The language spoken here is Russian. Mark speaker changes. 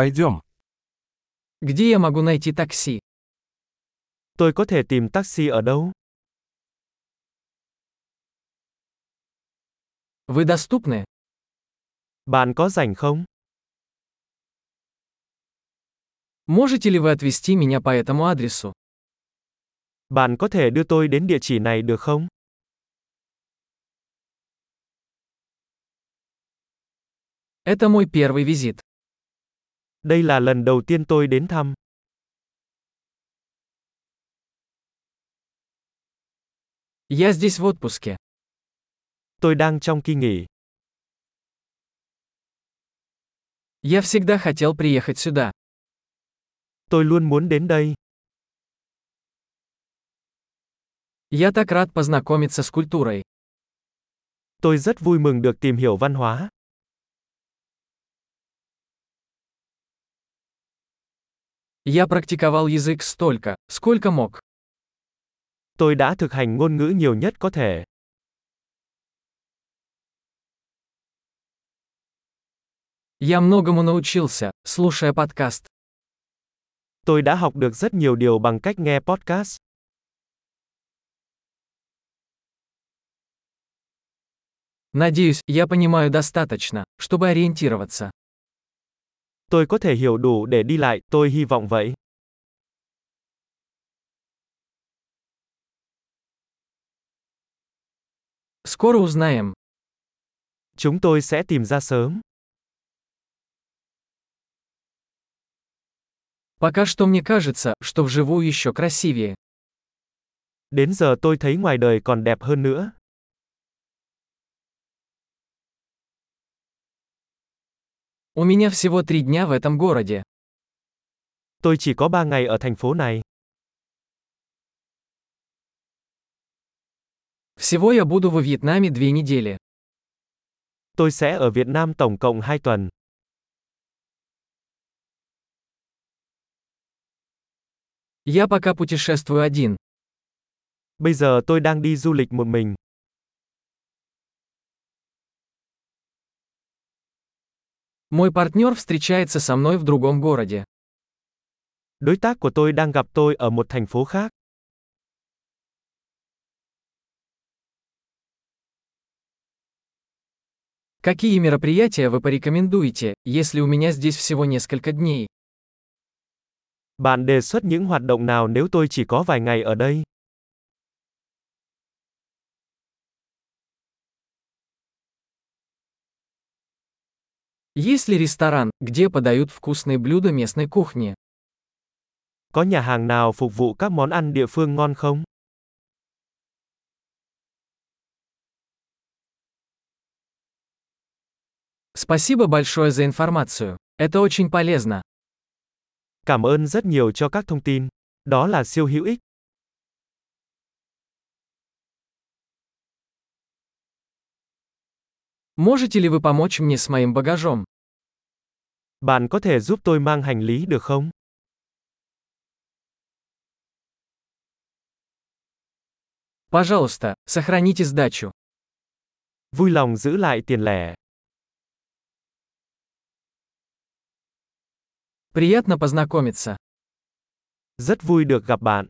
Speaker 1: Пойдем.
Speaker 2: Где я могу найти такси?
Speaker 3: Tôi có thể tìm taxi ở đâu?
Speaker 2: Вы доступны?
Speaker 3: Bạn có rảnh không?
Speaker 2: Можете ли вы отвезти меня по этому адресу?
Speaker 3: Bạn có thể đưa tôi đến địa chỉ này được không?
Speaker 2: Это мой первый визит.
Speaker 3: Đây là lần đầu tiên tôi đến thăm.
Speaker 2: Я здесь в отпуске.
Speaker 3: Tôi đang trong kỳ nghỉ.
Speaker 2: Я всегда хотел приехать сюда.
Speaker 3: Tôi luôn muốn đến đây.
Speaker 2: Я так рад познакомиться с культурой.
Speaker 3: Tôi rất vui mừng được tìm hiểu văn hóa.
Speaker 2: Я практиковал язык столько, сколько мог.
Speaker 3: Tôi đã thực hành ngôn ngữ nhiều nhất có thể.
Speaker 2: Я многому научился, слушая подкаст.
Speaker 3: Tôi đã học được rất nhiều điều bằng cách nghe podcast.
Speaker 2: Надеюсь, я понимаю достаточно, чтобы ориентироваться.
Speaker 3: Tôi có thể hiểu đủ để đi lại, tôi hy vọng vậy.
Speaker 2: Скоро узнаем.
Speaker 3: Chúng tôi sẽ tìm ra sớm.
Speaker 2: Пока что мне кажется, что вживую еще красивее.
Speaker 3: Đến giờ tôi thấy ngoài đời còn đẹp hơn nữa.
Speaker 2: У меня всего три дня в этом городе.
Speaker 3: Tôi chỉ có 3 ngày ở thành phố này.
Speaker 2: Всего я буду во Вьетнаме две недели.
Speaker 3: Tôi sẽ ở Việt Nam tổng cộng 2 tuần.
Speaker 2: Я пока путешествую один.
Speaker 3: Bây giờ tôi đang đi du lịch một mình.
Speaker 2: Мой партнер встречается со мной в другом городе.
Speaker 3: Đối tác của tôi đang gặp tôi ở một thành phố khác.
Speaker 2: Какие мероприятия вы порекомендуете, если у меня здесь всего несколько дней?
Speaker 3: Bạn đề xuất những hoạt động nào nếu tôi chỉ có vài ngày ở đây?
Speaker 2: Есть ли ресторан, где подают вкусные блюда местной кухни?
Speaker 3: Có nhà hàng nào phục vụ các món ăn địa phương ngon không?
Speaker 2: Спасибо большое за информацию. Это очень полезно.
Speaker 3: Cảm ơn rất nhiều cho các thông tin. Đó là siêu hữu ích.
Speaker 2: Можете ли вы помочь мне с моим багажом?
Speaker 3: Bạn có thể giúp tôi mang hành lý được không?
Speaker 2: Пожалуйста, сохраните сдачу.
Speaker 3: Vui lòng giữ lại tiền lẻ.
Speaker 2: Приятно познакомиться.
Speaker 3: Rất vui được gặp bạn.